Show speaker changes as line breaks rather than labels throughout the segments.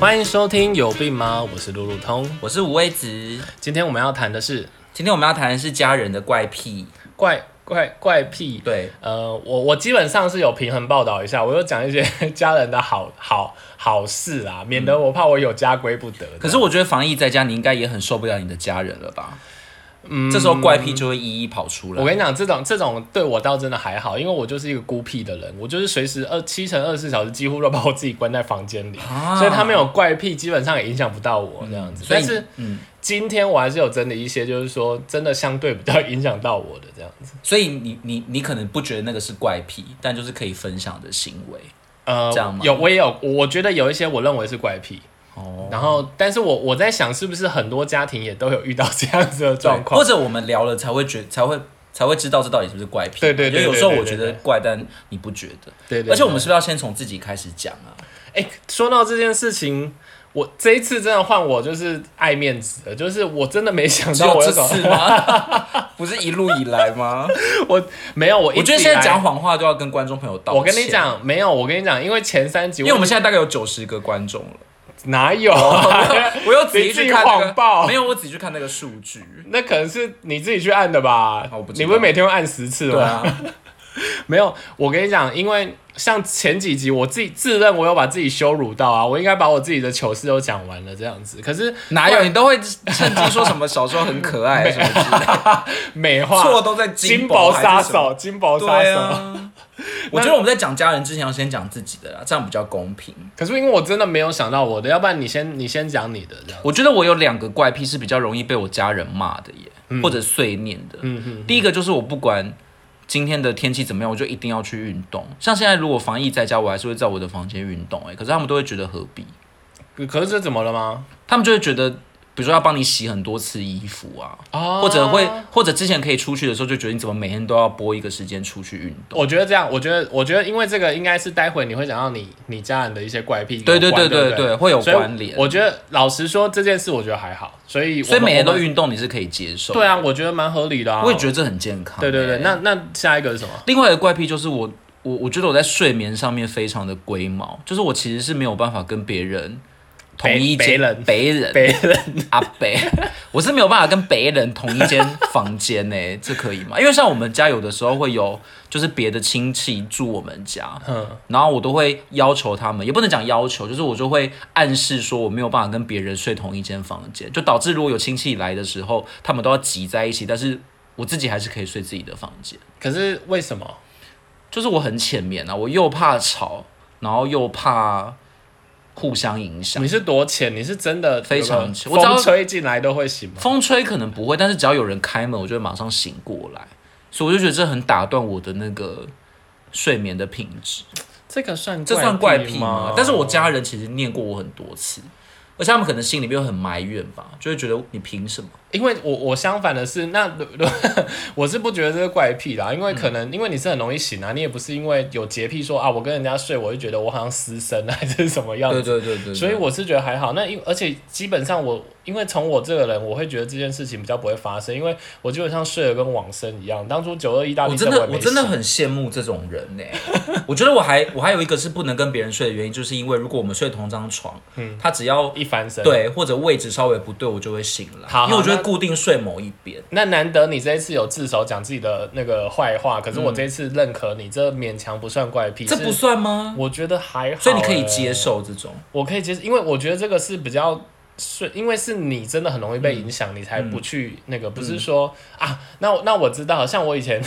欢迎收听有病吗？我是路路通。
我是吴威子，
今天我们要谈的是
今天我们要谈的是家人的怪癖。
怪怪怪癖。
对，
呃，我我基本上是有平衡报道一下，我有讲一些 家人的好好好事啊，免得我怕我有家归不得。
嗯可是我觉得防疫在家，你应该也很受不了你的家人了吧？嗯，这时候怪癖就会一一跑出来。
我跟你讲，这种这种对我倒真的还好，因为我就是一个孤僻的人，我就是随时二七乘二十四小时几乎都把我自己关在房间里，
啊嗯
所以他们有怪癖，基本上也影响不到我这样子。
所以嗯
但是，今天我还是有整理一些，就是说真的相对比较影响到我的这样子。
所以你你你可能不觉得那个是怪癖，但就是可以分享的行为。
呃，
这样吗
有我也有，我觉得有一些我认为是怪癖，
哦，
然后但是我我在想，是不是很多家庭也都有遇到这样子的状况
或？者我们聊了才会觉才会才会知道这到底是不是怪癖。
对对对
因为有
对
时候
对
我
对
觉
对
得怪，但你不觉得。
对对对
而且我们是不是要先从自己开始讲啊？
哎、说到这件事情，我这一次真的换我就是爱面子了，就是我真的没想
只
到
有
我
这
有什么，
次吗？ 不是一路以来吗？
我没有，我一
我觉得
直以
现在
来
讲，谎话都要跟观众朋友道歉。
我跟你，讲没有，我跟你讲，因为前三集
因为我们现在大概有九十个观众了。
哪有、
我有仔细去
你自己
看、那个，
谎报
没有，我仔细去看那个数据。
那可能是你自己去按的吧？
哦我不知道
你不是每天会按十次吗？
对啊，
没有，我跟你讲，因为像前几集我自己自认我有把自己羞辱到啊，我应该把我自己的糗事都讲完了这样子，可是
哪有你都会趁机说什么小时候很可爱什么之类的，
美化
错都在
金
箔
箔
还是
杀
什么。
手，金箔杀
对
手。
啊，我觉得我们在讲家人之前要先讲自己的啦，这样比较公平。
可是因为我真的没有想到我的，要不然你先你先讲你的这样。
我觉得我有两个怪癖是比较容易被我家人骂的耶，
嗯
或者碎念的。第一个就是我不管今天的天气怎么样，我就一定要去运动。像现在如果防疫在家，我还是会在我的房间运动。哎，可是他们都会觉得何必？
可可是这怎么了吗？
他们就会觉得，比如说要帮你洗很多次衣服啊，
啊
或者会，或者之前可以出去的时候就觉得你怎么每天都要拨一个时间出去运动？
我觉得这样，我觉得我觉得因为这个应该是待会你会讲到你你家人的一些怪癖有
对
关，
对对
对
对
不
对，会有
所以
关联。
我觉得老实说这件事，我觉得还好，所以我们
所以每天
我
都
们
运动你是可以接受，
对，啊，我觉得蛮合理的啊。
我也觉
得
得这很健康。
对对对。
欸
那那下一个是 什么？
另外一个怪癖就是我我我觉得我在睡眠上面非常的龟毛，就是我其实是没有办法跟别人同一
北北
间
人
北人
别人
阿北， 我是没有办法跟别人同一间房间呢、 这可以吗？因为像我们家有的时候会有就是别的亲戚住我们家，
嗯
然后我都会要求他们，也不能讲要求，就是我就会暗示说我没有办法跟别人睡同一间房间，就导致如果有亲戚来的时候，他们都要挤在一起，但是我自己还是可以睡自己的房间。
可是为什么？
就是我很浅眠啊，我又怕吵，然后又怕互相影响
你。是多浅？你是真的
非常
有没有
浅我只要
风吹进来都会醒吗？
风吹可能不会，但是只要有人开门，我就会马上醒过来，所以我就觉得这很打断我的那个睡眠的品质。
这个算
这算怪癖
吗
吗？？但是我家人其实念过我很多次，而且他们可能心里面很埋怨吧，就会觉得你凭什么？
因为我我相反的是，那 我是不觉得这是怪癖啦，因为
嗯
可能、因为你是很容易醒啊，你也不是因为有洁癖说啊，我跟人家睡，我就觉得我好像失身 还是什么样
对
子，
对对对对
所以我是觉得还好。那因而且基本上我因为从我这个人，我会觉得这件事情比较不会发生，因为我基本上睡得跟往生一样。当初九二一大
我
地震
真的
也没
我真的
醒
很羡慕这种人呢、 我觉得我还我还有一个是不能跟别人睡的原因，就是因为如果我们睡同张床，他只要
一翻身。，
对或者位置稍微不对，我就会醒来，
好好
因为我就
那
会固定睡某一边。
那难得你这一次有自首讲自己的那个坏话，可是我这一次认可你，这勉强不算怪癖，
这
是
不算吗？
我觉得还好、
所以你可以
欸
接受这种，
我可以接受，因为我觉得这个是比较顺，因为是你真的很容易被影响，你才
嗯
不去那个，不是说、啊，那我那我知道，像我以前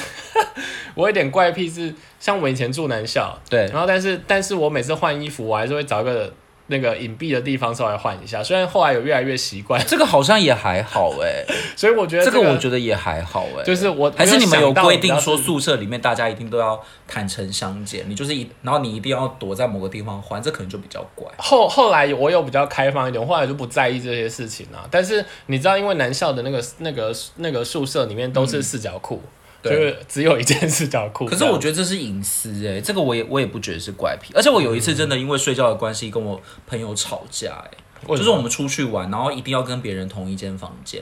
我有点怪癖是，像我以前住男校，
对
然后但是但是我每次换衣服，我还是会找一个那个隐蔽的地方稍微换一下，虽然后来有越来越习惯，
这个好像也还好哎、
所以我觉得、
这
个
个我觉得也还好哎、
就是我
还是你们有规
没
定说
有想到
宿舍里面大家一定都要坦诚相见，你就是一，然后你一定要躲在某个地方还，这可能就比较怪。
后后来我有比较开放一点，后来就不在意这些事情了、但是你知道，因为男校的那个那个那个宿舍里面都是四角裤，
嗯对
就是只有一件四角裤。
可是我觉得这是隐私哎、这个我也我也不觉得是怪癖，而且我有一次真的因为睡觉的关系跟我朋友吵架哎、
为什么
就是我们出去玩，然后一定要跟别人同一间房
嗯
间，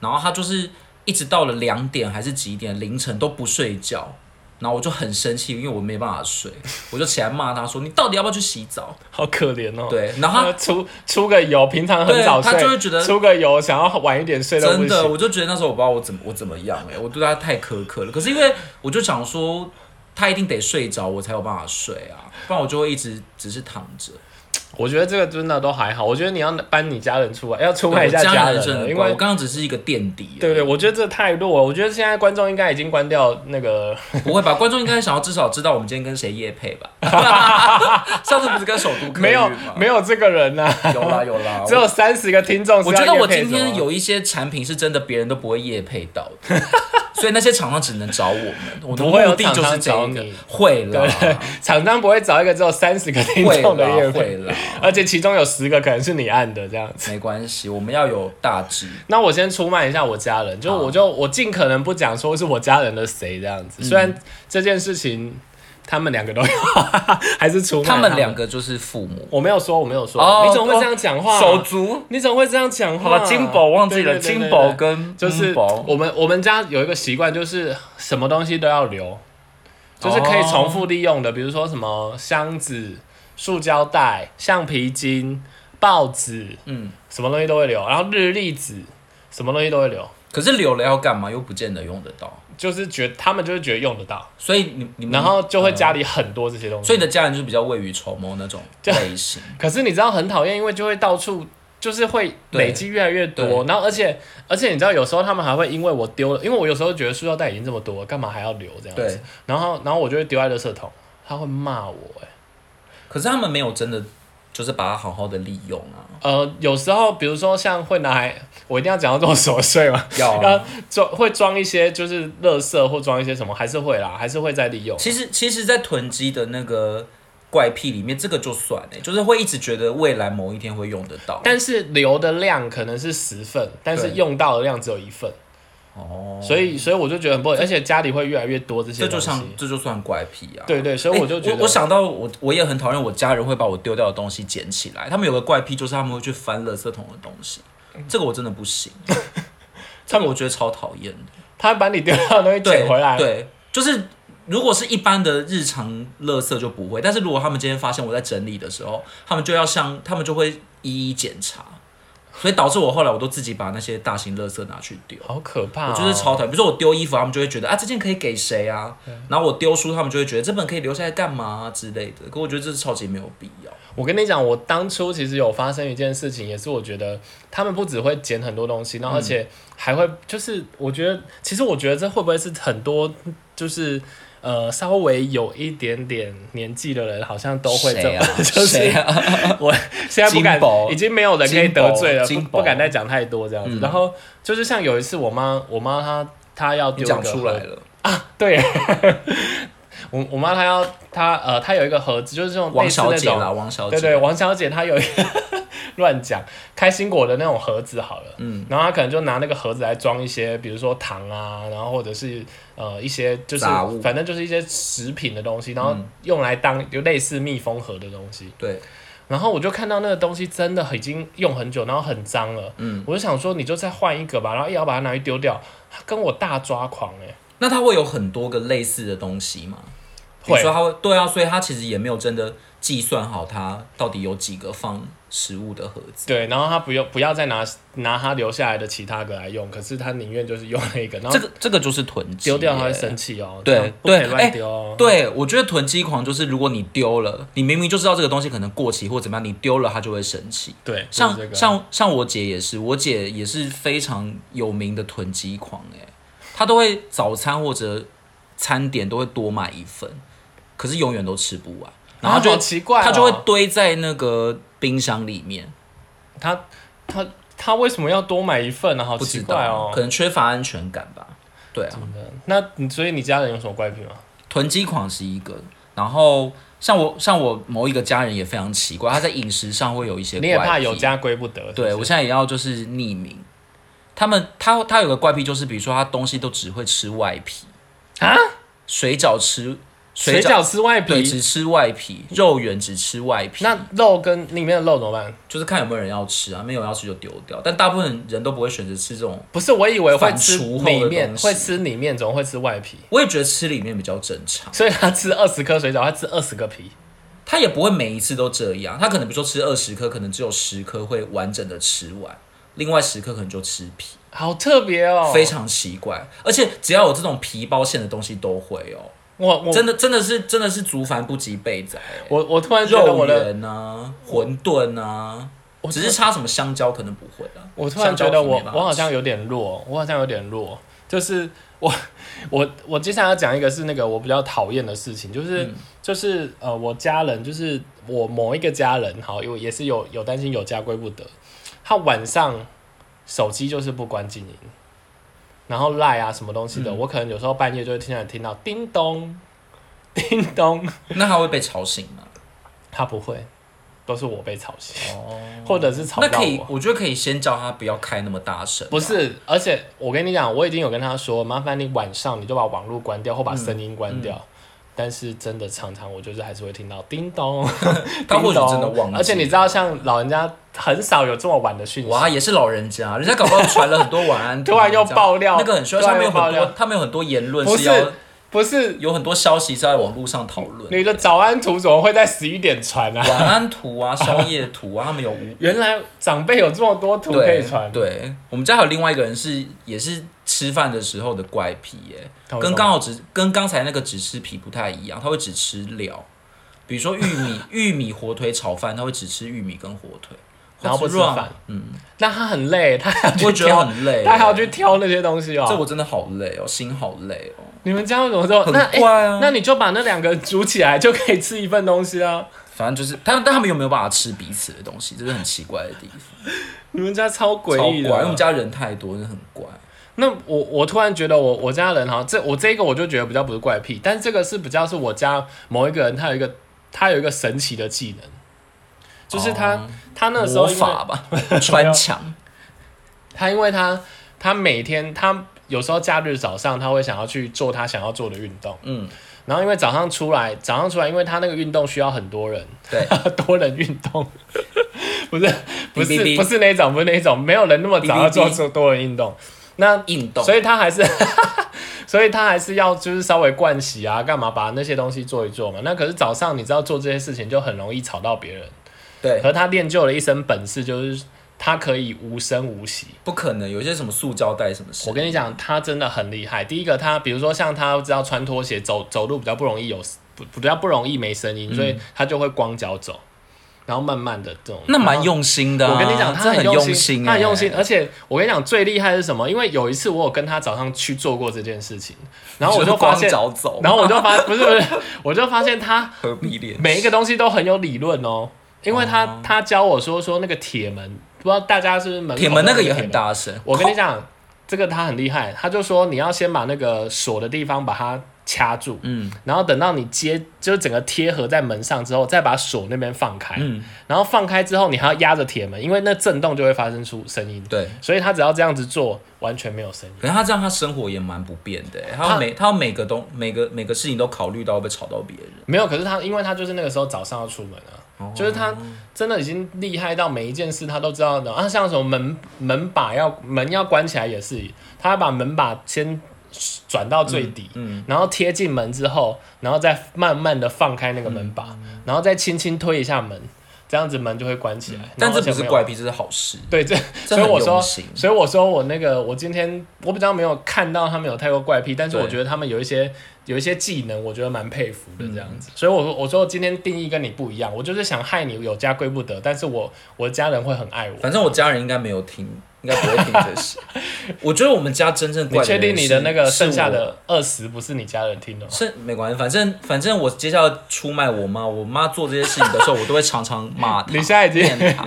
然后他就是一直到了两点还是几点凌晨都不睡觉，然后我就很生气，因为我没办法睡，我就起来骂他说：“你到底要不要去洗澡
好可怜哦？”。
对，然后
呃出出个油，平常很
对
早
他
睡，
就会觉得
出个油，想要晚一点睡
他
都不
真的，
行。
我就觉得那时候我不知道我怎么我怎么样哎、我对他太苛刻了。可是因为我就想说，他一定得睡着，我才有办法睡啊，不然我就会一直只是躺着。
我觉得这个真的都还好。我觉得你要搬你家人出来，要出卖一下
对我
家
家
人
真的
了，
不
因
好，我
为
刚刚只是一个垫底而已，
对对，我觉得这太弱了。我觉得现在观众应该已经关掉那个
不会吧？观众应该想要至少知道我们今天跟谁夜配吧？ 上次不是跟首都客
没有
运吗
没有这个人啊，
有啦有啦，
只有三十个听众。
我觉得我今
啊
天，有一些产品是真的别人都不会夜配到 的，所以那些厂商只能找我们。我的
不会有
目的就是这
厂商找
个
你，
会啦，
厂商不会找一个只有三十个听
会
众的
啦，
业
会
配，
啦，
而且其中有十个可能是你按的这样子。
没关系，我们要有大志。
那我先出卖一下我家人，就
好嗯
我就我尽可能不讲说是我家人的谁这样子，虽然这件事情他们两个都有，还是出卖
他
们
们两，个就是父母，
我没有说，我没有说，
哦
你怎么会这样讲话？
手足。
你怎么会这样讲
好
话？
了，金宝忘记
对
了，
对对对
金宝
对
跟
就是
嗯宝
我们我们家有一个习惯，就是什么东西都要留，就是可以重复利用的，比如说什么箱子、塑胶袋、橡皮筋、报纸，
嗯。
什么东西都会留，然后日历纸，什么东西都会留，
可是留了要干嘛？又不见得用得到，
就是觉他们就是觉得用得到，
所以你你们
然后就会家里很多这些东西。
所以你的家人就是比较未雨绸缪 那种类型。
可是你知道很讨厌，因为就会到处就是会
对
累积越来越多，
对
然后而且而且你知道有时候他们还会因为我丢了，因为我有时候觉得塑料袋已经这么多了，干嘛还要留这样子
对？
然后然后我就会丢在垃圾桶，他会骂我、欸。
可是他们没有真的就是把它好好的利用啊，
呃，有时候比如说像会拿来，我一定要讲到这种琐碎嘛，
要啊
要 装会装一些就是垃圾或装一些什么，还是会啦，还是会再利用。
其实，其实，在囤积的那个怪癖里面，这个就算哎、就是会一直觉得未来某一天会用得到。
但是留的量可能是十份，但是
对
用到的量只有一份，
哦，
所以所以我就觉得很不好，而且家里会越来越多这些
这就
东西。
像这就算怪癖啊。
对对，所以我就觉得，
我我想到我我也很讨厌我家人会把我丢掉的东西捡起来，他们有个怪癖就是他们会去翻垃圾桶的东西，
嗯
这个我真的 不行，这个我觉得超讨厌的。
他把你丢掉的东西
对，
捡回来，
对，就是如果是一般的日常垃圾就不会，但是如果他们今天发现我在整理的时候，他们就要向他们就会一一检查，所以导致我后来我都自己把那些大型垃圾拿去丢。
好可怕、
我
哦！
就是超讨厌，比如说我丢衣服，他们就会觉得啊这件可以给谁啊，然后我丢书，他们就会觉得这本可以留下来干嘛、啊、之类的。可我觉得这是超级没有必要。
我跟你讲，我当初其实有发生一件事情，也是我觉得他们不只会捡很多东西，然后而且
嗯
还会就是，我觉得其实我觉得这会不会是很多就是呃稍微有一点点年纪的人好像都会这
谁
么，
啊
就
谁
是
啊？
我现在不敢
金箔，
已经没有人可以得罪了，不
金箔嗯
不敢再讲太多这样子。然后就是像有一次我妈，我妈她她要
你
丢
讲
一个
出
盒
来了，
对， 我我妈她要她呃她有一个盒子，就是这种类
王
似
小
那
姐
种
啦，王小姐，
对对，王小姐她有一个 乱讲开心果的那种盒子好了，
嗯，
然后她可能就拿那个盒子来装一些，比如说糖啊，然后或者是呃一些就是
杂物嗯
反正就是一些食品的东西，然后用来当就类似密封盒的东西。
对，
然后我就看到那个东西真的已经用很久，然后很脏了，
嗯，
我就想说你就再换一个吧，然后也要把它拿去丢掉，她跟我大抓狂哎、
那它会有很多个类似的东西吗？比
会
如说它会对啊，所以它其实也没有真的计算好它到底有几个放食物的盒子。
对，然后她不用不要再拿拿她留下来的其他个来用，可是她宁愿就是用那个，然后
这个这个就是囤积，
丢掉他会。生气哦，
对
这样不可以
对哎
乱丢哦。
对，我觉得囤积狂就是，如果你丢了，你明明就知道这个东西可能过期或怎么样，你丢了它就会生气。
对，
像、
就是这个
像像我姐也是，我姐也是非常有名的囤积狂哎、她都会早餐或者餐点都会多买一份，可是永远都吃不完，然后她
啊
就、
好奇怪哦，
她就会堆在那个冰箱里面。
他他他为什么要多买一份呢？好
不
奇
知
怪
道，
哦
可。能缺乏安全感吧。对啊，
嗯那你所以你家人有什么怪癖吗？
囤积狂是一个，然后像我像我某一个家人也非常奇怪，他在饮食上会有一些
你也
怪
怕
癖
有家归不得？是不
对
是
我现在也要就是匿名。他们他他有个怪癖，就是比如说他东西都只会吃外皮
啊，
水饺吃
水饺吃外
对
皮，
只吃外皮，肉圆只吃外皮，
那肉跟里面的肉怎么办？
就是看有没有人要吃啊，没有人要吃就丢掉。但大部分人都不会选择吃这种，
不是，我以为会
反
吃
刍后的
里面，
东西
会吃里面，怎么会吃外皮？
我也觉得吃里面比较正常。
所以他吃二十颗水饺，他吃二十个皮。
他也不会每一次都这样，他可能比如说吃二十颗，可能只有十颗会完整的吃完，另外十颗可能就吃皮，
好特别哦！
非，常奇怪。而且只要有这种皮包馅的东西都会哦，
我我
真的真的是真的是竹凡不及备仔、欸
我我突然觉得
肉
我的，
圆啊，馄饨啊，
我
只是差什么香蕉可能不会啦。
我突然觉
香
得
蕉皮
我
没办法
我好像
吃
有点弱，我好像有点弱，就是我我我接下来要讲一个是那个我比较讨厌的事情，就是、
嗯
就是呃我家人就是我某一个家人，好有也是有有担心有家归不得，他晚上手机就是不关静音，然后赖啊什么东西
嗯
的，我可能有时候半夜就会听到听到叮咚叮咚，
那他会被吵醒吗？
他不会，都是我被吵醒，
哦，
或者是吵
那
到
可以
我，。
我觉得可以先叫他不要开那么大声啊吧。
不是，而且我跟你讲，我已经有跟他说，麻烦你晚上你就把网络关掉或把声音关掉。
嗯
但是真的常常我就是还是会听到叮咚，
他或许
叮咚
真的忘记
哦而且你知道，像老人家很少有这么晚的讯息。
哇，也是老人家，人家搞不好传了很多晚 安图，
突然又爆料
那个很需要，
突
他
然
们有
又爆
很
料
多，他们有很多言论
不
是要
是不是，
有很多消息是在网络上讨论，
你的早安图怎么会在十一点传啊？
晚安 图啊、宵夜图啊，他们有无
原来长辈有这么多图
对
可以传。
对，我们家还有另外一个人是也是吃饭的时候的怪癖耶、
他会干嘛
跟刚好只跟刚才那个只吃皮不太一样，他会只吃料，比如说 玉米玉米火腿炒饭，他会只吃玉米跟火腿，
然后不
或是
吃
run，
饭，嗯，那他很累，他还要
我
去
觉得
挑，
很 累、
他还要去挑那些东西哦。
这我真的好累哦，心好累哦。
你们家为什么说
很
那、
怪啊
那你就把那两个煮起来就可以吃一份东西啊？
反正就是，但但他们有没有办法吃彼此的东西，这是很奇怪的地方，
你们家超
超
诡
怪。
异
因
的。
为我们家人太多，真的很怪。
那我我突然觉得我我家人哈，这我这个我就觉得比较不是怪癖，但这个是比较是我家某一个人他有一个他有一个神奇的技能，就是他、
哦
他那个时候
魔
因为
法吧， 穿墙。
他因为他他每天他有时候假日早上他会想要去做他想要做的运动，
嗯，
然后因为早上出来早上出来，因为他那个运动需要很多人，
对，
多人运动， 不是不
哔
是
哔
不是那种不是那种，没有人那么早要做
哔哔哔
出多人运动。那
运动。
所以他还是， 所以他还是要就是稍微盥洗啊，干嘛把那些东西做一做嘛。那可是早上你知道做这些事情就很容易吵到别人，
对，
可是他练就了一身本事，就是他可以无声无息。
不可能有一些什么塑胶袋什么事。
我跟你讲，他真的很厉害。第一个，他比如说像他知道穿拖鞋走走路比较不容易有不比较不容易没声音，所以他就会光脚走，然后慢慢的这种。
那
然
蛮
后
用心的啊、
我跟你讲，他
这很
用
心，
他很用心。
欸。
而且我跟你讲，最厉害是什么？因为有一次我有跟他早上去做过这件事情，然后我
就
就发现，
早走，
然后我就发， 不是不是，我就发现他
何必脸？
每一个东西都很有理论哦。因为他、
哦
他教我说说那个铁门，不知道大家是不是门口
铁门那个也
铁
很
门。
大声。
我跟你讲，这个他很厉害，他就说你要先把那个锁的地方把它掐住，
嗯
然后等到你接，就是整个贴合在门上之后，再把锁那边放开，
嗯，
然后放开之后，你还要压着铁门，因为那震动就会发生出声音。
对。
所以他只要这样子做，完全没有声音。
可是他这样，他生活也蛮不便的欸。他要每他要每个东每个每个事情都考虑到会不会吵到别人。
没有，可是他因为他就是那个时候早上要出门啊，就是
哦
他真的已经厉害到每一件事他都知道的啊，像什么门门把要门要关起来也是，他把门把先转到最底，
嗯，
然后贴近门之后，然后再慢慢的放开那个门把，
嗯
然后再轻轻推一下门，这样子门就会关起来。然
嗯但
后
这不
而且
是
没有
怪癖，这是好事。
对，这
这
所以
很
我说，
用心
所以我说我那个，我今天我比较没有看到他们有太多怪癖，但是
对
我觉得他们有一些有一些技能，我觉得蛮佩服
嗯
的这样子。所以我说，我说今天定义跟你不一样，我就是想害你有家归不得，但是我我的家人会很爱我。
反正我家人应该没有听，应该不会听这 些。我觉得我们家真正
你
怪
确
人
定你的
是
那个
是
剩下
我
的二十不是你家人听的吗？
是没关系，反正反正我接下来出卖我妈，我妈做这些事情的时候，我都会常常骂她，
你现在已经
念她，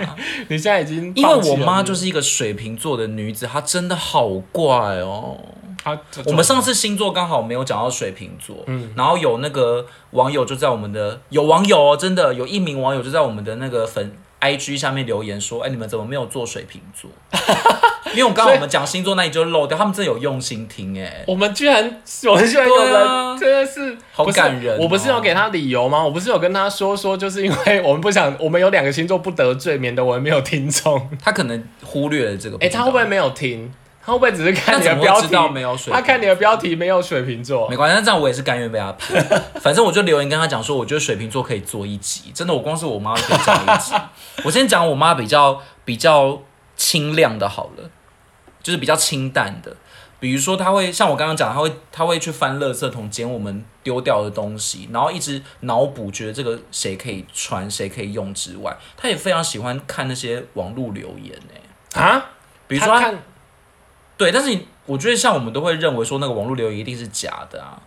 你现在已经
因为
放弃
我
了
妈就是一个水瓶座的女子，她真的好怪哦。
他，
我们上次星座刚好没有讲到水瓶座，嗯，然后有那个网友就在我们的有网友哦，真的有一名网友就在我们的那个粉 IG 下面留言说，哎、你们怎么没有做水瓶座？ 因为我刚刚我们讲星座那里就漏掉，他们真的有用心听哎、
我们居然，我们居然有
对啊
人真的是
好
不是
感人哦
我不是有给他理由吗？我不是有跟他说说，就是因为我们不想， 我们有两个星座不得罪，免得我们没有听 众。
他可能忽略了这个。
哎、他会不会没有听？他会不会只是看你的
那怎么
标
会知道
题？
没有水瓶座
他看你的标题没有水瓶座
没，关系，那这样我也是甘愿被他骗。反正我就留言跟他讲说，我觉得水瓶座可以做一集，真的，我光是我妈可以讲一集。我先讲我妈比较比较清亮的好了，就是比较清淡的。比如说，她会像我刚刚讲，她会她会去翻垃圾桶捡我们丢掉的东西，然后一直脑补觉得这个谁可以穿，谁可以用之外，她也非常喜欢看那些网络留言诶、
啊？
比如说她
他看
对，但是你我觉得像我们都会认为说那个网络留言一定是假的啊，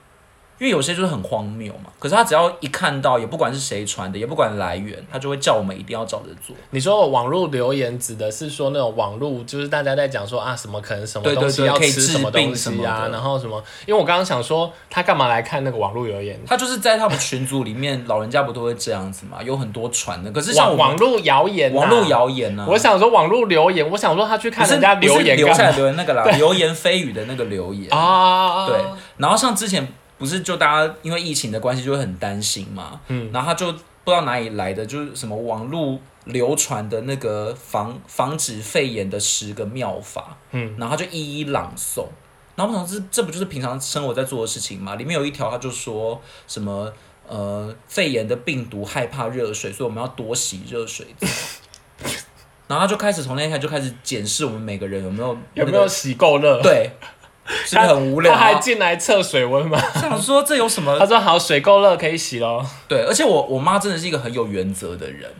因为有些就是很荒谬嘛。可是他只要一看到，也不管是谁传的，也不管来源，他就会叫我们一定要照着做。
你说网络留言指的是说那种网络，就是大家在讲说啊什么可能什么
对对
东西
对
要
可以
吃
治
什么东
病什
西
么
啊，
的
然后什么？因为我刚刚想说他干嘛来看那个网络留言？
他就是在他们群组里面，老人家不都会这样子嘛，有很多传的。可是像我
网
们
网络谣言、
网络。谣言呢、啊，
我想说网络留言，我想说他去看
不是
人家
不是
留言
留
干
下来
嘛
留言那个啦，流言蜚语的那个留言。
啊？
对，然后像之前不是就大家因为疫情的关系就会很担心嘛，嗯，然后他就不知道哪里来的，就是什么网络流传的那个防防止肺炎的十个妙法，嗯，然后他就一一朗诵。然后我想这这不就是平常生活在做的事情吗？里面有一条他就说什么呃肺炎的病毒害怕热水，所以我们要多洗 热水澡。然后他就开始从那一天就开始检视我们每个人有没有、那
有
个、
没有洗够热？
对，是不是很无聊
他还
啊。
进来测水温吗？
想说这有什么
他说好，水够热可以洗咯。
对，而且我我妈真的是一个很有原则的人。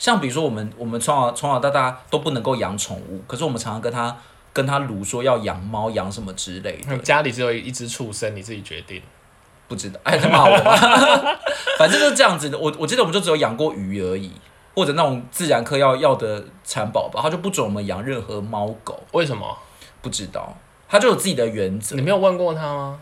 像比如说我们我们从小从小到大都不能够养宠物，可是我们常常跟她跟她撸说要养猫养什么之类的，
家里只有一只畜生，你自己决定。
不知道 哎，她骂我吗？反正就是这样子的。我我记得我们就只有养过鱼而已，或者那种自然科要要的蚕宝宝，她就不准我们养任何猫狗，
为什么？
不知道。她就有自己的原则
你，没有问过他吗？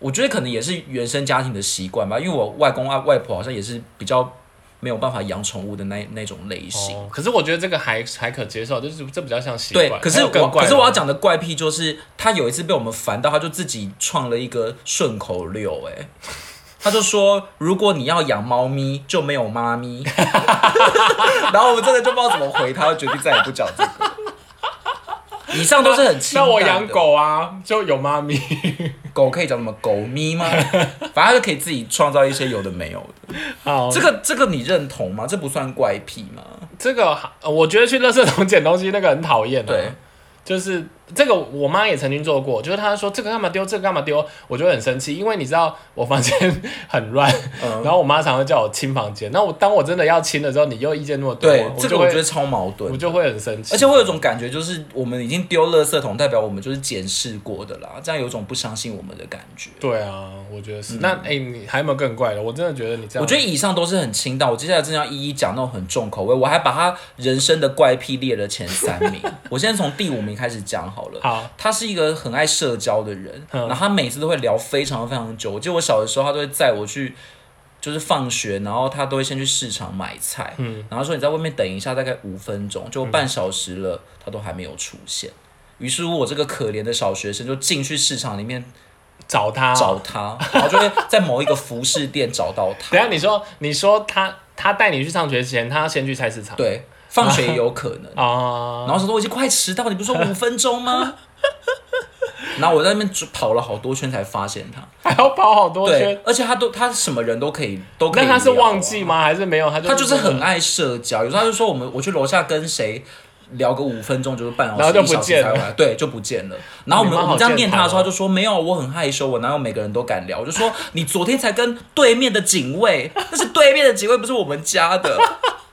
我觉得可能也是原生家庭的习惯吧，因为我外公外啊外婆好像也是比较没有办法养宠物的那那种类型。
哦，可是我觉得这个还还可接受，就是这比较像习惯
对，。可
还
是
有更
我
怪吗
可是我要讲的怪癖就是，他有一次被我们烦到，他就自己创了一个顺口溜、哎， 他就说如果你要养猫咪，就没有 妈咪。然后我们真的就不知道怎么回他，就决定再也不讲这个。以上都是很清
那我
淡的
养狗啊，就有妈 咪。
狗可以讲什么狗咪吗？反正他就可以自己创造一些有的没有的。
好，
这个这个你认同吗？这不算怪癖吗？
这个呃我觉得去垃圾桶捡东西那个很讨厌、啊。
对，
就是这个，我妈也曾经做过，就是她说这个干嘛丢，这个干嘛丢，我就会很生气，因为你知道我房间很乱，
嗯
然后我妈常常叫我清房间，那我当我真的要清的时候，你又意见那么多，
对，
我
这
就
个我
会
觉得超矛
我
盾，
就会很生气，
而且会有一种感觉，就是我们已经丢垃圾桶，代表我们就是检视过的啦，这样有一种不相信我们的感觉。
对啊，我觉得是。那哎、你还有没有更怪的？我真的觉得你这样，
嗯我觉得以上都是很清淡，我接下来真的要一一讲那种很重口味，我还把他人生的怪癖列了前三 名。我现在从第五名开始讲好了。
好，
他是一个很爱社交的人，
嗯
然后他每次都会聊非常非常久。我记得我小的时候，他都会载我去，就是放学，然后他都会先去市场买菜，
嗯
然后说你在外面等一下，大概五分钟，就半小时了，他都还没有出现。于是乎，我这个可怜的小学生就进去市场里面
找他、
找
啊
他，然后就会在某一个服饰店找到他。
等一下你说你说他他带你去上学前，他先去菜市场，
对，放学也有可 能。
啊、
然后说我已经快迟到，你不是说五分钟吗？ 然后我在那边跑了好多圈才发现他。
还要跑好多圈
对，。而且他都他什么人都可以都可以、啊
那他是忘记？吗？还是没有？他
他就是
真
很
的
爱社交，有时候他就说我们我去楼下跟谁。聊个五分钟就是半小时，
然后就
一小
不
时
见
才回来，对，就不见了。然后我们
你妈好
我们这样念他的时
健谈哦
候，他就说没有，我很害羞，我哪有每个人都敢聊？我就说你昨天才跟对面的警卫，那是对面的警卫，不是我们家的。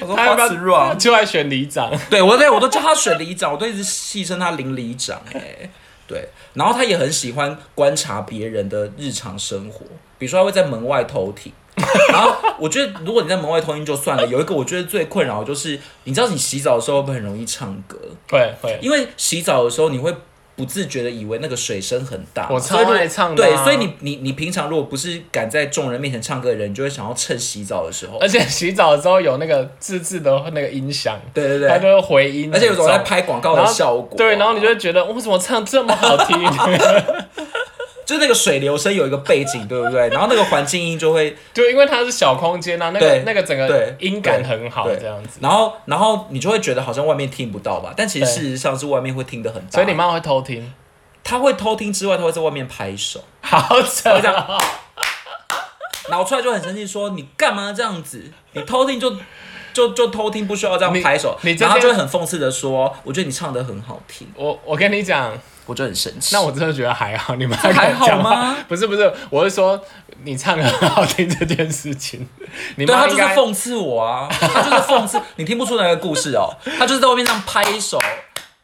我说
他要
What's
不要
wrong？
就来选里长？
对我对我都叫他选里长，我都一直戏称他林里长哎、对，然后他也很喜欢观察别人的日常生活，比如说他会在门外偷听。 然后我觉得，如果你在门外偷听就算了，有一个我觉得最困扰的就是，你知道你洗澡的时候会不会很容易唱歌？
会会，
因为洗澡的时候你会不自觉的以为那个水声很大，
我
所以如
超爱唱的啊
对，所以你你你平常如果不是敢在众人面前唱歌的人，你就会想要趁洗澡的时候，
而且洗澡的时候有那个自制的那个音响，
对对
它
对，
都会回音那种，
而且有种在拍广告的
然后
效果，
对，然后你就会觉得哦为什么唱这么好 听？
就那个水流声有一个背景，对 不对？然后那个环境音就会，
就因为它是小空间啊，那个
对
那个整个
对
音感很好，
对
这样子。
然后然后你就会觉得好像外面听不到吧，但其实
对
事实上是外面会听得很大，
所以你妈妈会偷听，
他会偷听之外，他会在外面拍手，
好扯
这
哦！
然后出来就很生气，说你干嘛这样子？你偷听就就就偷听，不需要这样拍手。
你你这
然后
边
就会很讽刺的说，我觉得你唱的很好听，
我我跟你讲，
我就很生气。
那我真的觉得还好，你们
还好吗？
不是不是，我是说你唱的很好听这件事情，你
对
妈
他就
应
是
该
讽刺我啊， 他就是讽刺，你听不出来的故事 哦，他就是在外面这样拍手。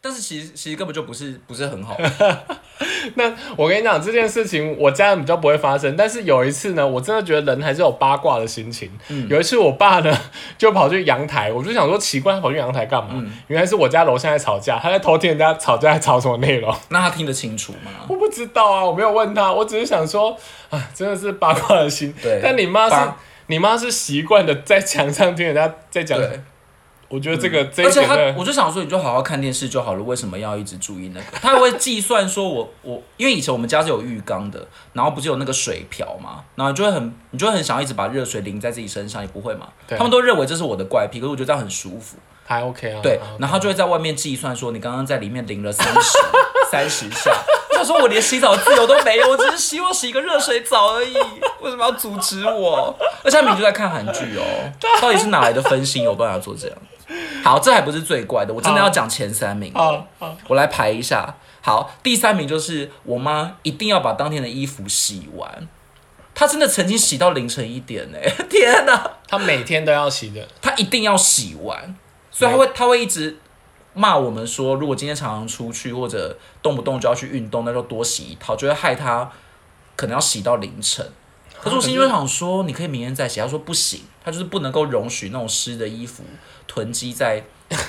但是其实其实根本就不是不是很好，
那我跟你讲这件事情，我家人比较不会发生。但是有一次呢，我真的觉得人还是有八卦的心情。
嗯
有一次我爸呢就跑去阳台，我就想说奇怪，他跑去阳台干嘛？
嗯
原来是我家楼下在吵架，他在偷听人家吵架在吵什么内 容。
那他听得清楚吗？
我不知道啊，我没有问他，我只是想说啊，真的是八卦的心。
对
但你妈是
八
你妈是习惯的在墙上听人家在讲，
对，嗯
我觉得这个、这一
而且
点
他
真的，
我就想说，你就好好看电视就好了，为什么要一直注意那个？他还会计算说我，我因为以前我们家是有浴缸的，然后不是有那个水瓢嘛，然后你就会很，你就会很想要一直把热水淋在自己身上，你不会吗？
对
他们都认为这是我的怪癖，可是我觉得这样很舒服。
还 OK 啊。
对
还，OK
然后他就会在外面计算说，你刚刚在里面淋了三 十三十下。我想说，我连洗澡自由都没有，我只是希望洗一个热水澡而已，为什么要阻止我？而且他明明就在看韩剧哦，到底是哪来的分心有办法做这样？好，这还不是最怪的，我真的要讲前三名。
好好
我来排一下。好，第三名就是我妈一定要把当天的衣服洗完，她真的曾经洗到凌晨一点呢、 天哪！
他每天都要洗的，
他一定要洗完，所以他会他会一直骂我们说，如果今天常常出去或者动不动就要去运动，那就多洗一套，就会害他可能要洗到凌 晨。可是我心里就想说，你可以明天再洗。他说不行，他就是不能够容许那种湿的衣服囤积在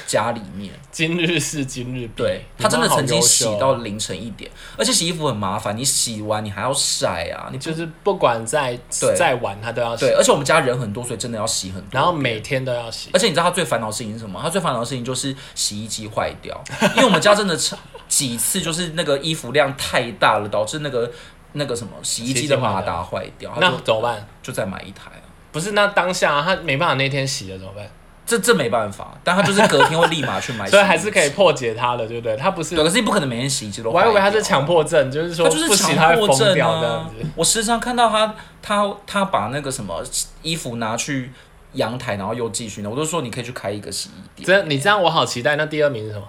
家里 面。
今日事今日毕。
对
你
他真的
妈好
曾经
优
洗
秀哦
到凌晨一点，而且洗衣服很麻烦，你洗完你还要晒啊，你 就
就是不管再
对
再晚，他都要洗
对。，而且我们家人很多，所以真的要洗很多。
然后每天都要洗。
而且你知道他最烦恼的事情是什么？他最烦恼的事情就是洗衣机坏掉，因为我们家真的常几次就是那个衣服量太大了，导致那个那个什么洗衣机的马达坏掉，他
那
就
怎么办？
就再买一台啊。
不是，那当下、他没办法那天洗了怎么办？
这这没办法，但他就是隔天会立马去买洗衣机，
所以还是可以破解他的，对不对？他不是
哎对，，可是你不可能每天洗衣机都。
我还以为他是。强迫症，就是说
他就是
不洗他
强
会
迫
疯
症
掉这样
啊
子。！
我时常看到他，他他把那个什么衣服拿去阳台，然后又继续呢。我都说你可以去开一个洗衣店。
这你这样我好期待。那第二名是什么？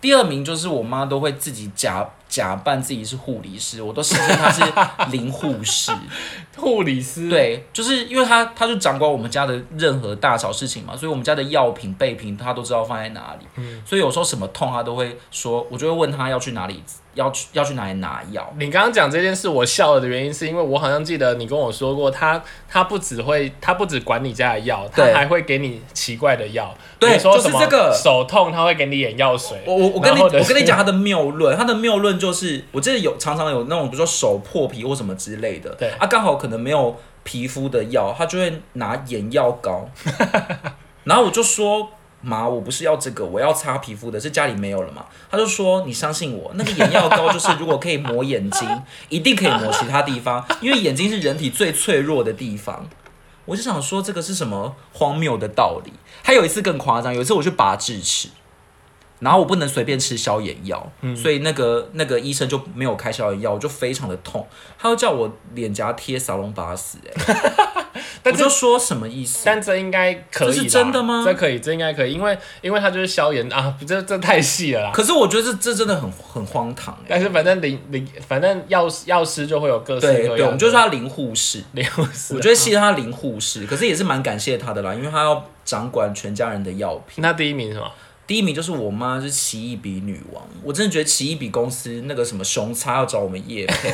第二名就是我妈都会自己假假扮自己是护理师，我都戏称她是林护士。
护理师。，
对，就是因为她她就掌管我们家的任何大小事情嘛，所以我们家的药品备品她都知道放在哪里。所以有时候什么痛她都会说，我就会问她要去哪里，要去要去哪里拿药。
你刚刚讲这件事，我笑了的原因是因为我好像记得你跟我说过，他他不只会，他不只管你家的药，他
对
还会给你奇怪的药，
对
比如说
就是
什么
这个
手痛，他会给你眼药水。
我我我跟
然
你
后或者
我跟你
是
讲他的谬论，他的谬论就是，我记得有常常有那种比如说手破皮或什么之类的，
对
啊，刚好可能没有皮肤的药，他就会拿眼药 膏，然后我就说。妈，我不是要这个，我要擦皮肤的，是家里没有了嘛？他就说你相信我，那个眼药膏就是如果可以抹眼睛， 一定可以抹其他地方，因为眼睛是人体最脆弱的地方。我就想说这个是什么荒谬的道理？还有一次更夸张，有一次我去拔智齿，然后我不能随便吃消炎药，
嗯
所以那个那个医生就没有开消炎药，我就非常的痛，他就叫我脸颊贴撒隆巴斯、欸，我
但这
就说什么意思？
但这应该可以啦，
这是真的吗
这可以，这应该可以，因为因为它就是消炎啊，这这太细了啦。
可是我觉得这这真的很很荒唐 哎、
但是反正零零，反正药药师就会有各式各
对
样的。嗯
对，我们就说他林护士，
零五四
我觉得谢谢他林护士，可是也是蛮感谢他的啦，因为他要掌管全家人的药品。
那第一名是什么？
第一名就是我妈，是奇异笔女王。我真的觉得奇异笔公司那个什么熊叉要找我们 叶配，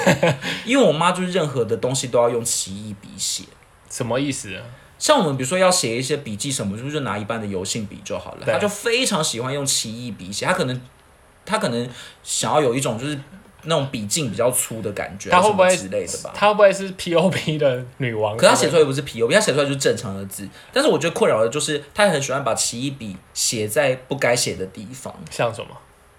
因为我妈就是任何的东西都要用奇异笔写。
什么意思？啊
像我们比如说要写一些笔记什么，就是拿一般的油性笔就好了。
对
她就非常喜欢用奇异笔写，她可能他可能想要有一种就是那种笔劲比较粗的感觉，
她会不会
还是什么之类的吧？
她会不会是 POP 的女王？
可他写出来又不是 POP，他写出来就是正常的字。但是我觉得困扰的就是，他很喜欢把奇异笔写在不该写的地方，
像什么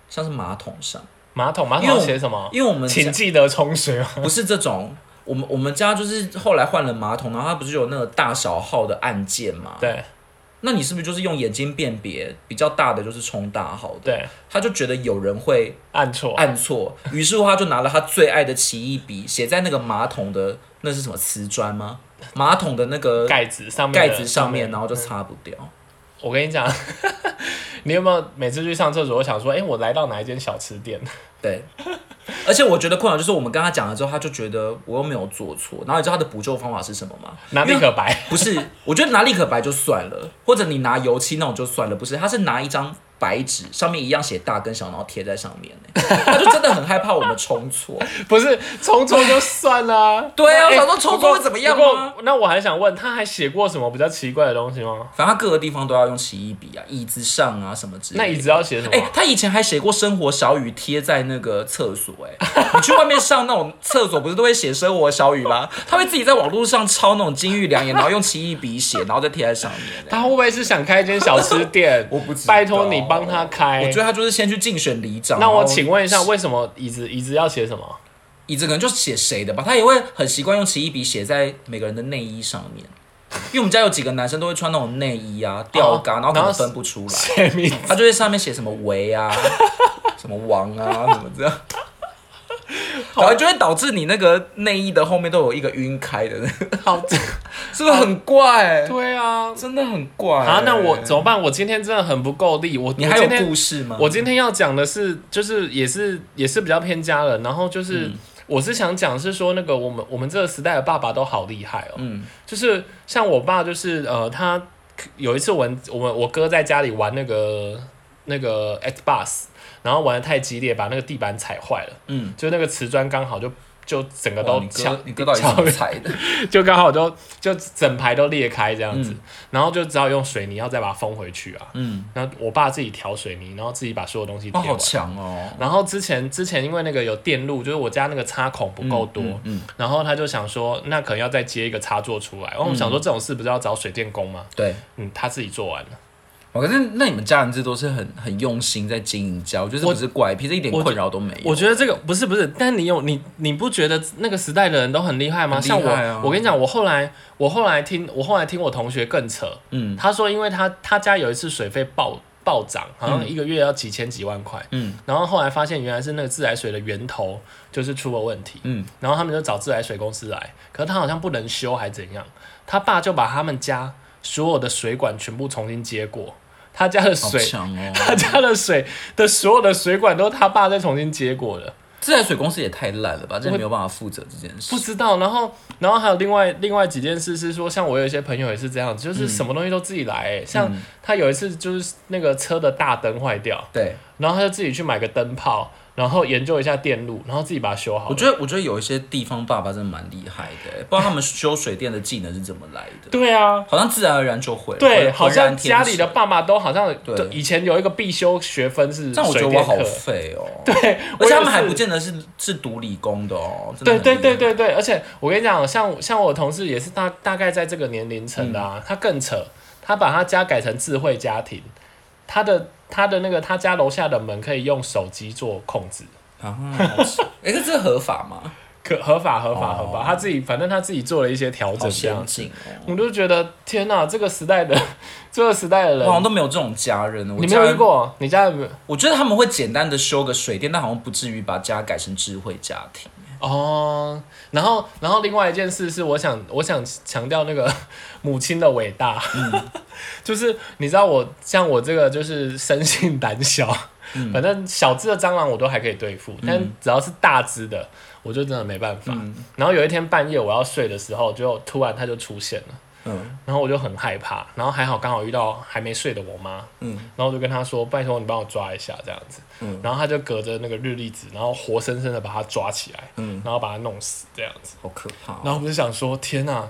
像是马桶上。
马桶？马桶
因为
上
我
写什么？
因为我们家
请记得冲水哦 吗？
不是这种，我们我们家就是后来换了马桶，然后它不是有那个大小号的按键嘛？
对
那你是不是就是用眼睛辨别比较大的就是冲大号的？
对，
他就觉得有人会
按错。
按错，于是乎他就拿了他最爱的奇异笔，写在那个马桶的那是什么瓷砖吗？马桶的那个
盖子上面的，
盖子上面，嗯然后就擦不掉。
我跟你讲， 你有没有每次去上厕所，我想说，哎、我来到哪一间小吃店？
对，而且我觉得困扰就是我们跟他讲了之后，他就觉得我又没有做错。然后你知道他的补救方法是什么吗？
拿立可 白，
不是，我觉得拿立可白就算了，或者你拿油漆那种就算了，不是，他是拿一张白纸，上面一样写大跟小，然后贴在上面、欸，他就真的很害怕我们冲错。
不是冲错就算啦、
对啊
那
我想
诶
说冲错
不过
会怎么样
不过
吗
那我还想问，他还写过什么比较奇怪的东西吗？
反正他各个地方都要用奇异笔啊，椅子上啊什么之类
那
的。
椅子要写什么？
哎、他以前还写过生活小语贴在那个厕所、哎，你去外面上那种厕所不是都会写生活小语吗？他会自己在网络上抄那种金玉良言，然后用奇异笔写，然后再贴在上面、哎
他会不会是想开一间小吃店？
我不知道
拜托你帮他开。
我觉得他就是先去竞选里长。
那
然
我
后
请问一下，为什么椅子椅子要写什么？
椅子可能就写谁的吧，他也会很习惯用奇异笔写在每个人的内衣上面，因为我们家有几个男生都会穿那种内衣啊、吊嘎，然后可
哦然后
能分不出来，
写名字。
他就会上面写什么 维啊、什么王啊、什么这样，然后就会导致你那个内衣的后面都有一个晕开的，
好，
是不是很怪？
对啊。
真的很怪、
啊，那我怎么办？我今天真的很不够力。我
哎你
我
还
今
有
天
故事吗？
我今天要讲的是，就是也是也是比较偏家人，然后就是、
嗯
我是想讲是说那个我们我们这个时代的爸爸都好厉害哦，
嗯
就是像我爸就是呃他有一次我们我们我哥在家里玩那个那个 Xbox，然后玩的太激烈，把那个地板踩坏了，
嗯，
就那个瓷砖刚好就就整个
哇
都
你
翘
哥，你哥到底是怎么踩的？
就刚好都就整排都裂开这样子，然后就只好用水泥要再把它封回去啊。
嗯，
然后我爸自己调水泥，然后自己把所有东西
哇，
贴
好
完。
强哦！
然后之前之前因为那个有电路，就是我家那个插孔不够多，
嗯嗯嗯
然后他就想说，那可能要再接一个插座出来。哦然后我们想
嗯
说这种事不是要找水电工吗？
对。
嗯，他自己做完了。
我哦可是那你们家人这都是很很用心在经营家，我觉得这
我
不是怪癖，这一点
我
困扰都没有。
我觉得这个不是不是，但你有你你不觉得那个时代的人都很厉害吗？
很厉
像我，
害啊
我跟你讲，我后来我后来听我后来听我同学更扯，
嗯
他说因为他他家有一次水费暴暴涨，好像一个月要几千几万块，
嗯
然后后来发现原来是那个自来水的源头就是出了问题，
嗯，
然后他们就找自来水公司来，可是他好像不能修还怎样，他爸就把他们家所有的水管全部重新接过，他家的
好
水。
强哦！
他家的水的所有的水管都是他爸在重新接过的，
自来水公司也太烂了吧，真的没有办法负责这件事
不。知道。然后，然后还有另外另外几件事是说，像我有一些朋友也是这样，
嗯
就是什么东西都自己来、欸像他有一次就是那个车的大灯坏掉，
对，
然后他就自己去买个灯泡，然后研究一下电路，然后自己把它修好了。
我觉得我觉得有一些地方爸爸真的蛮厉害的，欸不知道他们修水电的技能是怎么来的，
对啊，
好像自然而然就会。
对，
浑
好像家里。
浑然天
的
成
爸妈都好像
对
就以前有一个必修学分是
但我觉
水
得我
电
好
课，
废哦，
对，
而
我
且
也
他们还
是
不见得是是读理工的哦。真的
对
很
对对
厉害，
对对，而且我跟你讲，像像我同事也是大大概在这个年龄层的
嗯
啊，他更扯，他把他家改成智慧家庭，他的他的那个他家楼下的门可以用手机做控制，
啊，好奇哎，可是这合法吗？
可合法合法
哦
合法，他自己反正他自己做了一些调
好
整这
先
样子，
进哦，
我就觉得天哪，这个时代的 这个时代的
我好像
人，
都没有这种家人，哦我
你没
家
有
人
遇过？你家有没有？
我觉得他们会简单的修个水电，但好像不至于把家改成智慧家庭。
哦，然后，然后另外一件事是，我想，我想强调那个 母亲的伟大， 就是你知道我像我这个就是生性胆小，反正小只的蟑螂我都还可以对付，但只要是大只的，我就真的没办法。然后有一天半夜我要睡的时候，就突然它就出现了。
嗯
然后我就很害怕，然后还好刚好遇到还没睡的我妈，
嗯
然后我就跟她说：“拜托你帮我抓一下这样子。”
嗯
然后她就隔着那个日历纸，然后活生生的把它抓起来，
嗯，哦
然后把它弄死这样子。
好可怕、
然后我就想说：“天哪、啊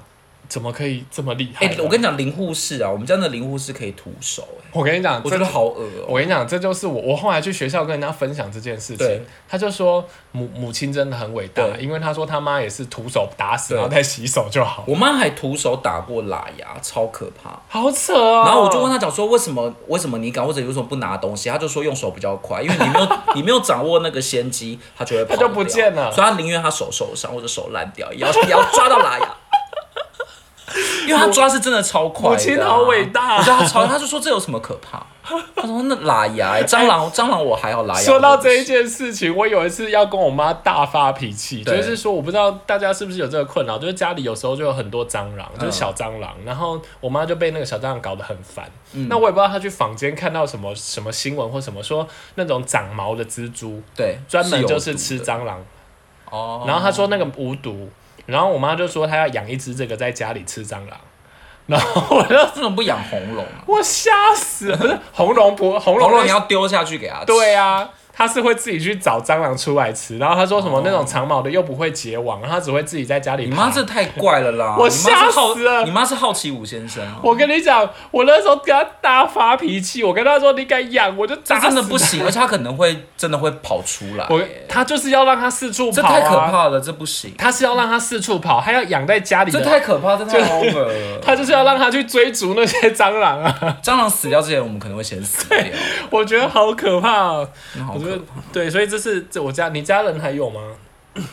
怎么可以这么厉害
哎、
呢？
我跟你讲，林护士啊，我们家的林护士可以徒手、哎，
我跟你讲，
我
这
觉得好恶哦、
我跟你讲，这就是我我后来去学校跟人家分享这件事
对
情，他就说母母亲真的很伟大，
对
因为他说他妈也是徒手打死，
对
然后再洗手就好，
我妈还徒手打过喇牙，超可怕。
好扯哦。
然后我就问
他，
她讲说，为什么为什么你敢，或者有什么不拿东西？她就说用手比较快，因为你没有 你没有掌握那个先机，她就会跑
她就
掉
不见了
所以她宁愿她手受伤或者手烂掉，也要 也要抓到喇牙。因为她抓是真的超快的啊、
母亲好伟大啊
我觉得她超，她就说这有什么可怕？她说那喇牙、 欸蟑螂，蟑螂哎我还好，喇牙。
说到这一件事情，我有一次要跟我妈大发脾气，
对
就是说我不知道大家是不是有这个困扰，就是家里有时候就有很多蟑
嗯
螂，就是小蟑螂，然后我妈就被那个小蟑螂搞得很烦。
嗯
那我也不知道她去坊间看到什么什么新闻或什么说那种长毛的蜘蛛，
对，
专门就
有
是
毒
吃
的
蟑螂。
哦。
然后他说那个无毒，然后我妈就说她要养一只这个在家里吃蟑螂，然后我就
这种不养红 龙啊，
我吓死了，不是红龙不红
红
龙
龙你要丢下去给它吃。
对啊，它是会自己去找蟑螂出来吃，然后他说什么
哦
那种长毛的又不会结网，然后它只会自己在家里
你
爬。
妈这太怪了啦！
我
你妈是好
吓死了
你妈是好奇五先生、哦，
我跟你讲，我那时候跟他大发脾气，我跟他说你敢养我就
这
打死
真的
你
不行，而且她可能会真的会跑出来，
我他就是要让他四处
这
跑、啊，
太可怕了，这不行，
他是要让他四处跑，他要养在家里
这
的，
太可怕，这太 over 了。
他就是要让他去追逐那些蟑螂啊！
蟑螂死掉之前，我们可能会先死掉，
我觉得好可怕、哦。
真的好
我觉
可
得
怕。
对，所以这是这我家你家人还有吗？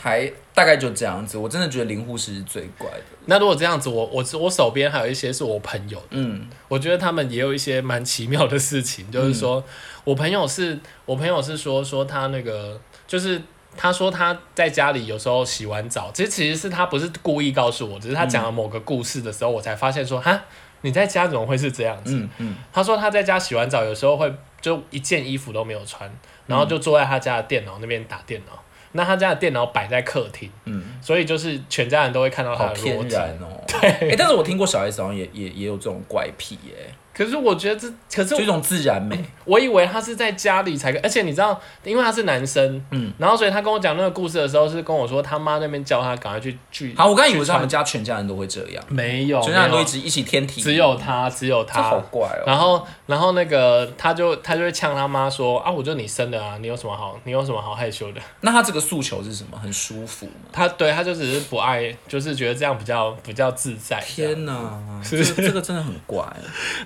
还大概就这样子，我真的觉得林护士是最怪的。
那如果这样子，我我我手边还有一些是我朋友的，
嗯，
我觉得他们也有一些蛮奇妙的事情，就是说、
嗯
我朋友是我朋友是说说他那个就是。他说他在家里有时候洗完澡，其实其实是他不是故意告诉我，只是他讲了某个故事的时候，我才发现说哈，你在家怎么会是这样子？
嗯嗯，
他说他在家洗完澡，有时候会就一件衣服都没有穿，
嗯
然后就坐在他家的电脑那边打电脑。那他家的电脑摆在客厅，
嗯
所以就是全家人都会看到他的
好
裸
天
体。
然哦。对，哎，但是我听过小孩子好像也也也有这种怪癖耶，
可是我觉得这，可是
就一
我
种自然美。
我以为他是在家里才可，而且你知道，因为他是男生，
嗯
然后所以他跟我讲那个故事的时候，是跟我说他妈那边叫他赶快去去。
好，我刚才以为是他们家全家人都会这样，
没有，
全家人
嗯没
都
有
一直一起天体，
只有他，只有
这
他，
好怪哦。
然后，然后那个他就他就会呛他妈说啊，我就你生的啊，你有什么好你有什么好害羞的？
那他这个诉求是什么？很舒服吗？
他对他就只是不爱，就是觉得这样比较比较自在。
天哪，这个这个真的很怪。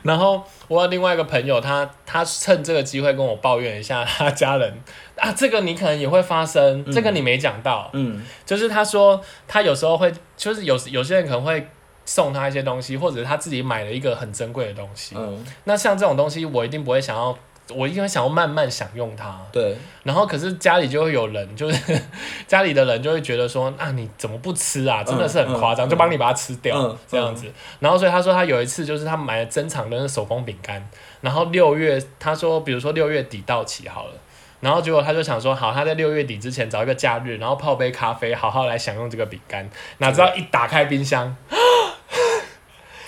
然后我有另外一个朋友，他他趁这个机会跟我抱怨一下他家人啊，这个你可能也会发生，这个你没讲到，
嗯，
就是他说他有时候会，就是有有些人可能会送他一些东西，或者他自己买了一个很珍贵的东西。
嗯，
那像这种东西，我一定不会想要，我一定会想要慢慢享用它。
对，
然后可是家里就会有人，就是 家里的人就会觉得说，啊你怎么不吃啊？真的是很夸张，
嗯嗯
就帮你把它吃掉、
嗯
这样子。然后所以他说他有一次就是他买了珍藏的那手工饼干，然后六月他说比如说六月底到期好了。然后结果他就想说，好，他在六月底之前找一个假日，然后泡杯咖啡，好好来享用这个饼干。哪知道一打开冰箱，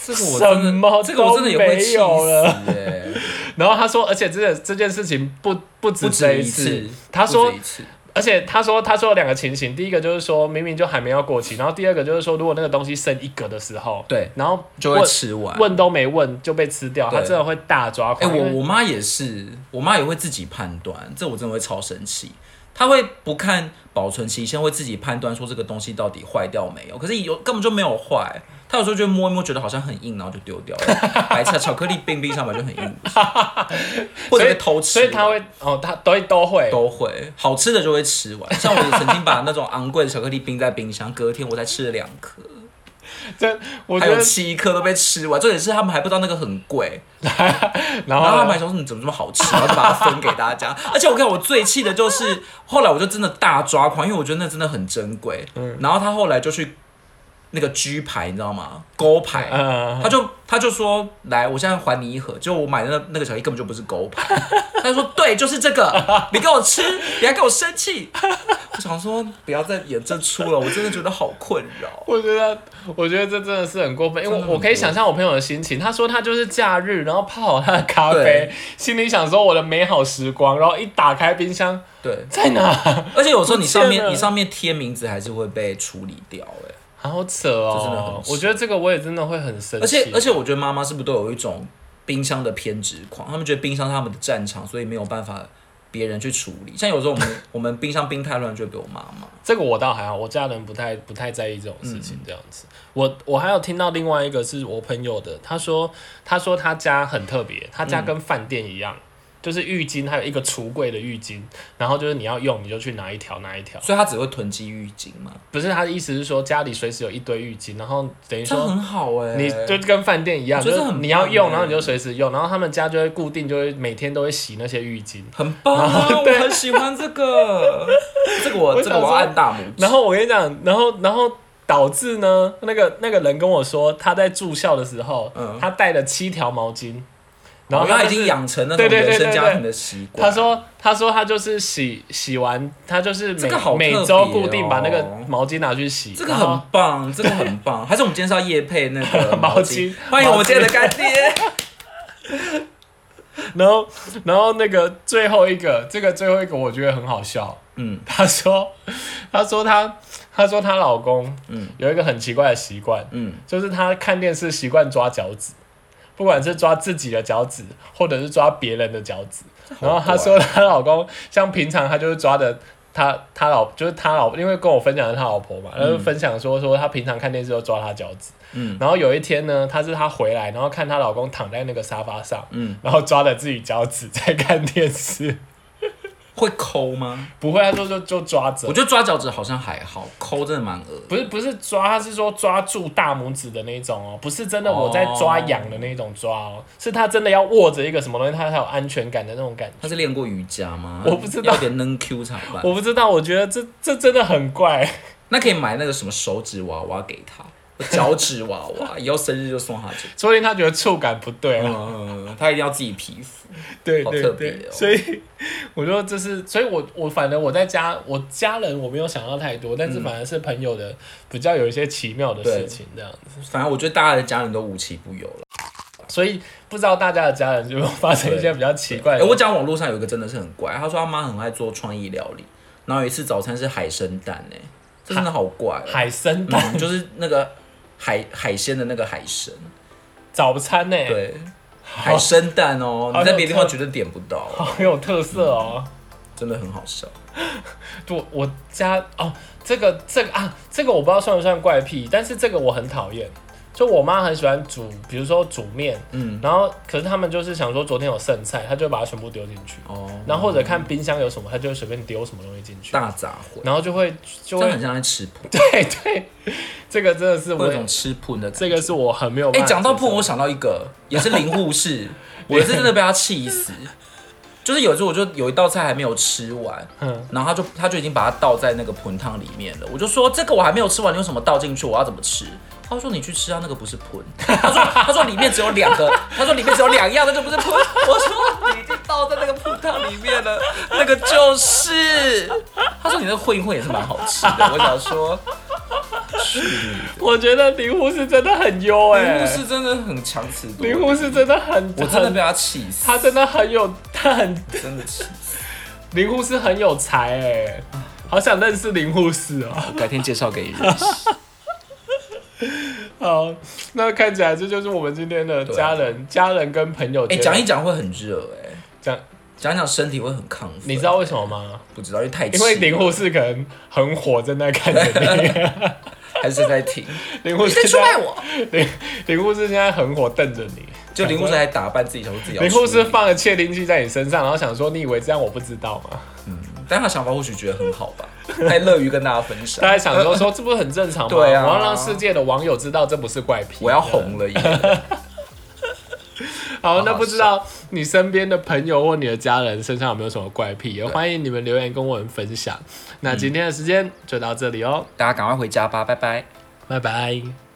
这个我真的，
什么
这个我真的也会气死
都没有
哎，
然后他说，而且这个这件事情不不止
不
这
止
一
一
次
次，。
他说
不止一次
而且他说，他说有两个情形，第一个就是说明明就还没要过期，然后第二个就是说，如果那个东西剩一格的时候，
对，
然后
就会吃完。
问都没问就被吃掉，
对
他真的会大抓
哎、
狂。因为
我我妈也是，我妈也会自己判断，这我真的会超生气。她会不看保存期限，会自己判断说这个东西到底坏掉没有。可是有根本就没有坏，她有时候就会摸一摸，觉得好像很硬，然后就丢掉了。白菜、巧克力冰冰上面就 很硬，或者被偷吃
所以他会哦，他都会都会。
都会好吃的就会吃完。像我也曾经把那种昂贵的巧克力冰在冰箱，隔天我才吃了两颗，
这我
还
觉
有
得，
七颗都被吃完。重点是他们还不知道那个很贵，
然
然后他们
后
还说你怎么这么好吃，然后就把它分给大家。 而且我看我最气的就是，后来我就真的大抓狂，因为我觉得那真的很珍贵。
嗯
然后他后来就去那个 G 牌，你知道吗？勾牌，
嗯
他就他就说来，我现在还你一盒。就我买的那那个巧克力根本就不是勾牌， 他就说对，就是这个，你给我吃，你还给我生气。我想说不要再演这出了，我真的觉得好困扰。
我觉得，我觉得这真的是很过分，因为
真的很
我我可以
过
想象我朋友的心情。他说他就是假日，然后泡好他的咖啡
对，
心里想说我的美好时光，然后一打开冰箱
对，
在哪？
而且有时候你上
不见
面
了
你上面贴名字还是会被处理掉、欸，哎，
好扯哦，
这真的很扯
我觉得这个我也真的会很生气，
而且而且，我觉得妈妈是不是都有一种冰箱的偏执狂？他们觉得冰箱是他们的战场，所以没有办法别人去处理。像有时候 我们我们冰箱冰太乱，就会被我妈骂。
这个我倒还好，我家人不太不太在意这种事情，这样子。我我还有听到另外一个是我朋友的，他说他说他家很特别，他家跟饭店一样，就是浴巾，还有一个橱柜的浴巾，然后就是你要用你就去拿一条拿一条。
所以他只会囤积浴巾嘛，
不是他的意思是说家里随时有一堆浴巾，然后等于
这
说
很好哎、
你就跟饭店一样，
我觉得
就
这
是
很
你要
棒
用，
欸
然后你就随时用，然后他们家就会固定就会每天都会洗那些浴巾。
很 棒啊！我很喜欢这个，这个我
我
这
想
个我要按大拇指。
然后我跟你讲，然后然后导致呢，那个那个人跟我说，他在住校的时候，
嗯
他带了七条毛巾，然后
因为他已
就是
经养成那种
对对对
原生
对
家
对
庭的习惯。
他说他说他就是洗洗完，他就是每、
这个好特别
每
哦
周固定把那个毛巾拿去洗，
这个
然后
很棒，这个很棒。还是我们今天是要夜配那 个
毛
巾
巾？
欢迎我
毛
们
巾
今天的干爹。
然后然后那个最后一个，这个最后一个我觉得很好笑。
嗯
她说，她说她，她说她老公，
嗯
有一个很奇怪的习惯，
嗯，
就是他看电视习惯抓脚趾，不管是抓自己的脚趾，或者是抓别人的脚趾。然后她说她老公像平常她就是抓的。她她老就是她老，因为跟我分享的她老婆嘛，然后就分享说说她平常看电视都抓她脚趾，
嗯，
然后有一天呢，她是她回来，然后看她老公躺在那个沙发上，
嗯，
然后抓了自己脚趾在看电视，
会抠吗？
不会，她说就就抓着
我，觉得抓脚趾好像还好，抠真的蛮恶。
不是不是抓，他是说抓住大拇指的那一种哦，不是真的我在抓痒的那一种抓哦，是他真的要握着一个什么东西，他才有安全感的那种感觉。
他是练过瑜伽吗？
我不知道
要点扔 Q 怎么办？
我不知道，我觉得这这真的很怪。
那可以买那个什么手指娃娃给他，脚趾娃 娃，以后生日就送他这个。
说不定他觉得触感不对啊，
嗯，他一定要自己皮肤。
对
好
对
特别
对，
哦
所以我说这是，所以我我反正我在家，我家人我没有想到太多，
嗯
但是反而是朋友的比较有一些奇妙的
对
事情这样子。
反正我觉得大家的家人都无奇不有了。
所以不知道大家的家人有没有发生一些比较奇怪
哎、
的？
我讲网络上有一个真的是很怪，他说他妈很爱做创意料理，然后有一次早餐是海参蛋、欸，这真的好怪、欸。
海参蛋、
嗯，就是那个海海鲜的那个海参，
早餐呢、，欸
对，海参蛋哦、
哎好
你在别的地方
有特
绝对点不到，
好有特色哦。
真的很好笑。
我我家哦，这个这个啊，这个我不知道算不算怪癖，但是这个我很讨厌。就我妈很喜欢煮，比如说煮面，
嗯，
然后可是他们就是想说昨天有剩菜，她就会把它全部丢进去，
哦，
然后或者看冰箱有什么，她就会随便丢什么东西进去，
大杂烩，
然后就会就
真的
会
很像在吃铺，
对对，这个真的是
会有一
我
种吃铺的感觉。
这个是我很没有
哎、
办法接受。
讲到铺，我想到一个，也是林护 士，我也是真的被他气死。就是有一次，我就有一道菜还没有吃完，
嗯
然后他就他就已经把它倒在那个盆汤里面了。我就说这个我还没有吃完，你为什么倒进去？我要怎么吃？他说你去吃啊，那个不是盆。他说他说里面只有两 个，他说里面只有两样，那个不是盆。我说你已经倒在那个盆汤里面了，那个就是。他说你那个混一混也是蛮好吃的。我想 说，
我觉得林护士真的很优
林
哎、
护士真的很强词夺理
林，护士真的很，
我真的
很
被他气死。
他真的很有，他很
真的气死！
林护士很有才哎、好想认识林护士 哦、
改天介绍给你认识。
好，那看起来这就是我们今天的家人、家人跟朋友
啊哎、
间。
讲一讲会很热哎、
讲，
讲一讲身体会很亢奋。
你知道为什么吗？
不知道？因为太气
因为林护士可能很火，正在看着 你。
还是在 听，
林护
你
士
在出
现
卖
在，
我？
林林护士现在很火，瞪着你。
就林护士还打扮自己，想说自己要
林护士
出名，
放了窃听器在你身上，然后想说你以为这样我不知道吗？
但他想法或许觉得很好吧，还乐于跟大家分 享
大。家想说说这不是很正常吗？
对啊
我要让世界的网友知道这不是怪癖。
我要红了耶！
好，那不知道你身边的朋友或你的家人身上有没有什么怪癖，也欢迎你们留言跟我们分享。那今天的时间就到这里哦，
大家赶快回家吧，拜拜。
拜拜。